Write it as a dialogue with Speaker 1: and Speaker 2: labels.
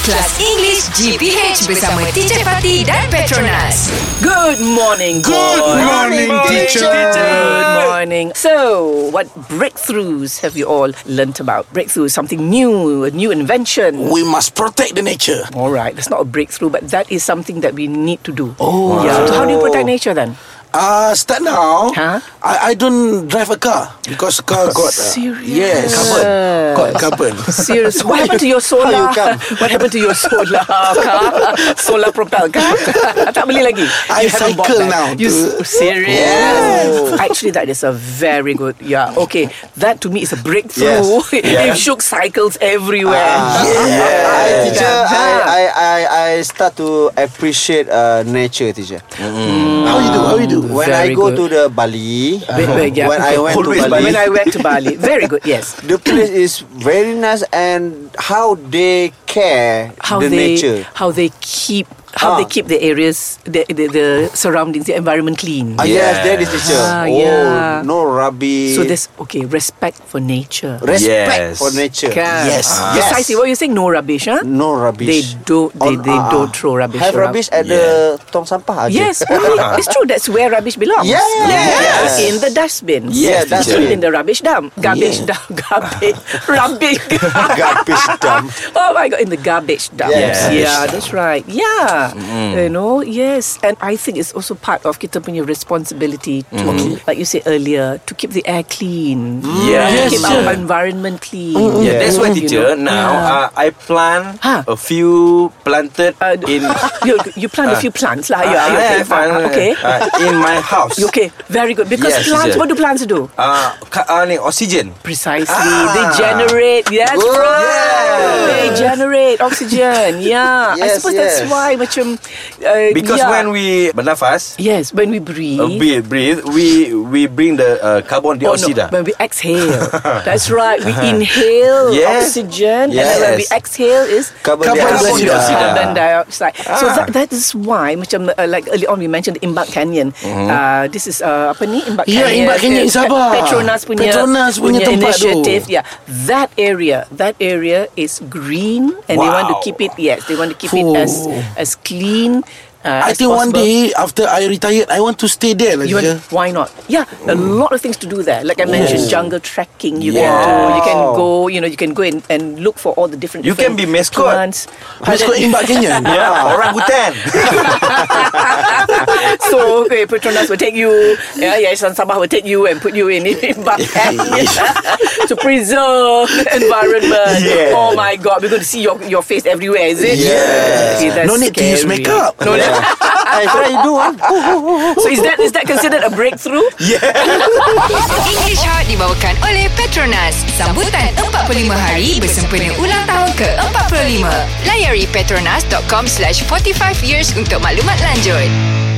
Speaker 1: Kelas English GPH bersama Teacher Fatih dan Petronas.
Speaker 2: Good morning, boys.
Speaker 3: Good morning, teacher.
Speaker 2: Good morning. So, what breakthroughs have you all learnt about? Breakthrough is something new, a new invention.
Speaker 3: We must protect the nature.
Speaker 2: All right, that's not a breakthrough, but that is something that we need to do. Oh, yeah. So, how do you protect nature then?
Speaker 3: Uh, start now.
Speaker 2: Huh?
Speaker 3: I, I don't drive a car because car got uh,
Speaker 2: Serious?
Speaker 3: yes carbon got carbon.
Speaker 2: Serious. What happened to your solar? What happened to your solar car? Solar propel car? tak beli lagi.
Speaker 3: I
Speaker 2: You haven't bought
Speaker 3: cycle
Speaker 2: that.
Speaker 3: now
Speaker 2: You
Speaker 3: to-
Speaker 2: s- serious?
Speaker 4: Oh.
Speaker 2: Actually, that is a very good. Yeah. Okay. That to me is a breakthrough.
Speaker 4: Yes.
Speaker 2: They've shook cycles everywhere.
Speaker 4: I, teacher, I, I, I, I start to appreciate uh, nature, teacher.
Speaker 3: How you do? How you do?
Speaker 4: When
Speaker 2: Very
Speaker 4: I go
Speaker 2: good.
Speaker 4: to the Bali,
Speaker 2: Wait, wait, yeah.
Speaker 4: when I went to
Speaker 3: Always
Speaker 4: Bali,
Speaker 3: Bali.
Speaker 2: When I went to Bali. Very good. Yes.
Speaker 4: the place is very nice and how they care
Speaker 2: How
Speaker 4: the
Speaker 2: they
Speaker 4: nature.
Speaker 2: how they keep how they
Speaker 4: Ah.
Speaker 2: keep the areas the, the the surroundings the environment clean.
Speaker 4: Ah, yes, that is teacher.
Speaker 2: Ah,
Speaker 4: oh,
Speaker 2: yeah.
Speaker 4: no rubbish.
Speaker 2: So there's okay respect for nature.
Speaker 4: respect
Speaker 5: Yes.
Speaker 4: for nature.
Speaker 2: Kan?
Speaker 3: Yes. Ah.
Speaker 2: Precisely. What you saying? No rubbish, huh?
Speaker 4: No
Speaker 2: They
Speaker 4: rubbish.
Speaker 2: do. They,
Speaker 4: On-
Speaker 2: they
Speaker 4: ah,
Speaker 2: don't
Speaker 4: ah.
Speaker 2: throw rubbish.
Speaker 4: Have
Speaker 2: around.
Speaker 4: rubbish at the tong sampah. aja.
Speaker 2: Yes, only, it's true. That's where rubbish belongs.
Speaker 4: Yes.
Speaker 2: Yeah, In the dustbin.
Speaker 4: Yeah,
Speaker 2: that's
Speaker 4: dustbin.
Speaker 2: in the rubbish dump. Garbage dump. Garbage. rubbish.
Speaker 4: Garbage dump.
Speaker 2: Oh my god, in the garbage dump.
Speaker 4: Yes.
Speaker 2: Yeah, that's right. Yeah. You know, yes. And I think it's also part of kita punya responsibility to,
Speaker 5: Mm-hmm.
Speaker 2: like you said earlier, to keep the air clean.
Speaker 5: Mm. Yes.
Speaker 2: To keep our environment clean.
Speaker 5: Yeah, that's why
Speaker 2: You
Speaker 5: teacher.
Speaker 2: know?
Speaker 5: Now uh, I plant
Speaker 2: Huh.
Speaker 5: a few planted
Speaker 2: Uh,
Speaker 5: in.
Speaker 2: you, you plant a few plants lah. yeah,
Speaker 5: Ah,
Speaker 2: you okay,
Speaker 5: yeah, fine.
Speaker 2: fine. okay.
Speaker 5: Uh, in my house.
Speaker 2: You okay, very good. Because
Speaker 5: Yes,
Speaker 2: plants,
Speaker 5: teacher.
Speaker 2: what do plants do?
Speaker 5: Ah, ka- ah, ni oxygen.
Speaker 2: Precisely, they generate. Yes, right. They generate oxygen. Yeah, I
Speaker 4: Yes,
Speaker 2: suppose that's
Speaker 4: yes.
Speaker 2: why macam. Uh,
Speaker 5: Because
Speaker 2: yeah.
Speaker 5: when we bernafas,
Speaker 2: yes, when we breathe.
Speaker 3: Oh,
Speaker 5: uh, breathe, breathe, we we bring the uh, carbon
Speaker 2: Oh, no,
Speaker 5: dioxide.
Speaker 2: when we exhale. That's right. We inhale
Speaker 5: Yes.
Speaker 2: oxygen, and then when we
Speaker 5: Yes.
Speaker 2: exhale is
Speaker 4: Carbon
Speaker 5: dioxide.
Speaker 2: Carbon dioxide. So
Speaker 5: Ah.
Speaker 2: that, that is why, macam uh, like early on we mentioned Imbak Canyon. Uh, this is uh, apa ni Imbak
Speaker 3: Yeah,
Speaker 2: Canyon?
Speaker 3: Imbak Mm-hmm. Canyon in Sabah.
Speaker 2: Petronas punya
Speaker 3: Petronas punya tempat tu.
Speaker 2: initiative. Yeah, that area, that area is green, and they want to
Speaker 5: Wow.
Speaker 2: keep it. Yes, they want to keep it
Speaker 3: Fuh.
Speaker 2: as as clean. Uh, as
Speaker 3: I think one
Speaker 2: possible.
Speaker 3: day after I retired, I want to stay there. Like,
Speaker 2: You want,
Speaker 3: yeah.
Speaker 2: why not? Yeah, a lot of things to do there. Like I mentioned, jungle trekking. You
Speaker 5: Yeah.
Speaker 2: can do. You can go. You know, you can go and, and look for all the different.
Speaker 5: You can
Speaker 2: different
Speaker 5: be mascot.
Speaker 2: plants.
Speaker 3: Mascot Imbak Canyon.
Speaker 5: yeah, orang hutan.
Speaker 2: so okay, Petronas will take you. Yeah, yeah, San Sabah will take you and put you in in bucket to preserve environment.
Speaker 5: Yeah.
Speaker 2: Oh my God, we're going to see your your face everywhere. Is it?
Speaker 4: Yes.
Speaker 2: Okay, that's
Speaker 3: No need to use
Speaker 2: scary.
Speaker 3: makeup.
Speaker 2: No need-
Speaker 4: I try to do one.
Speaker 2: So is that is that considered a breakthrough?
Speaker 1: English Hot dibawakan oleh Petronas. Sambutan 45 hari bersempena ulang tahun ke-45. Layari petronas.com slash 45 years untuk maklumat lanjut.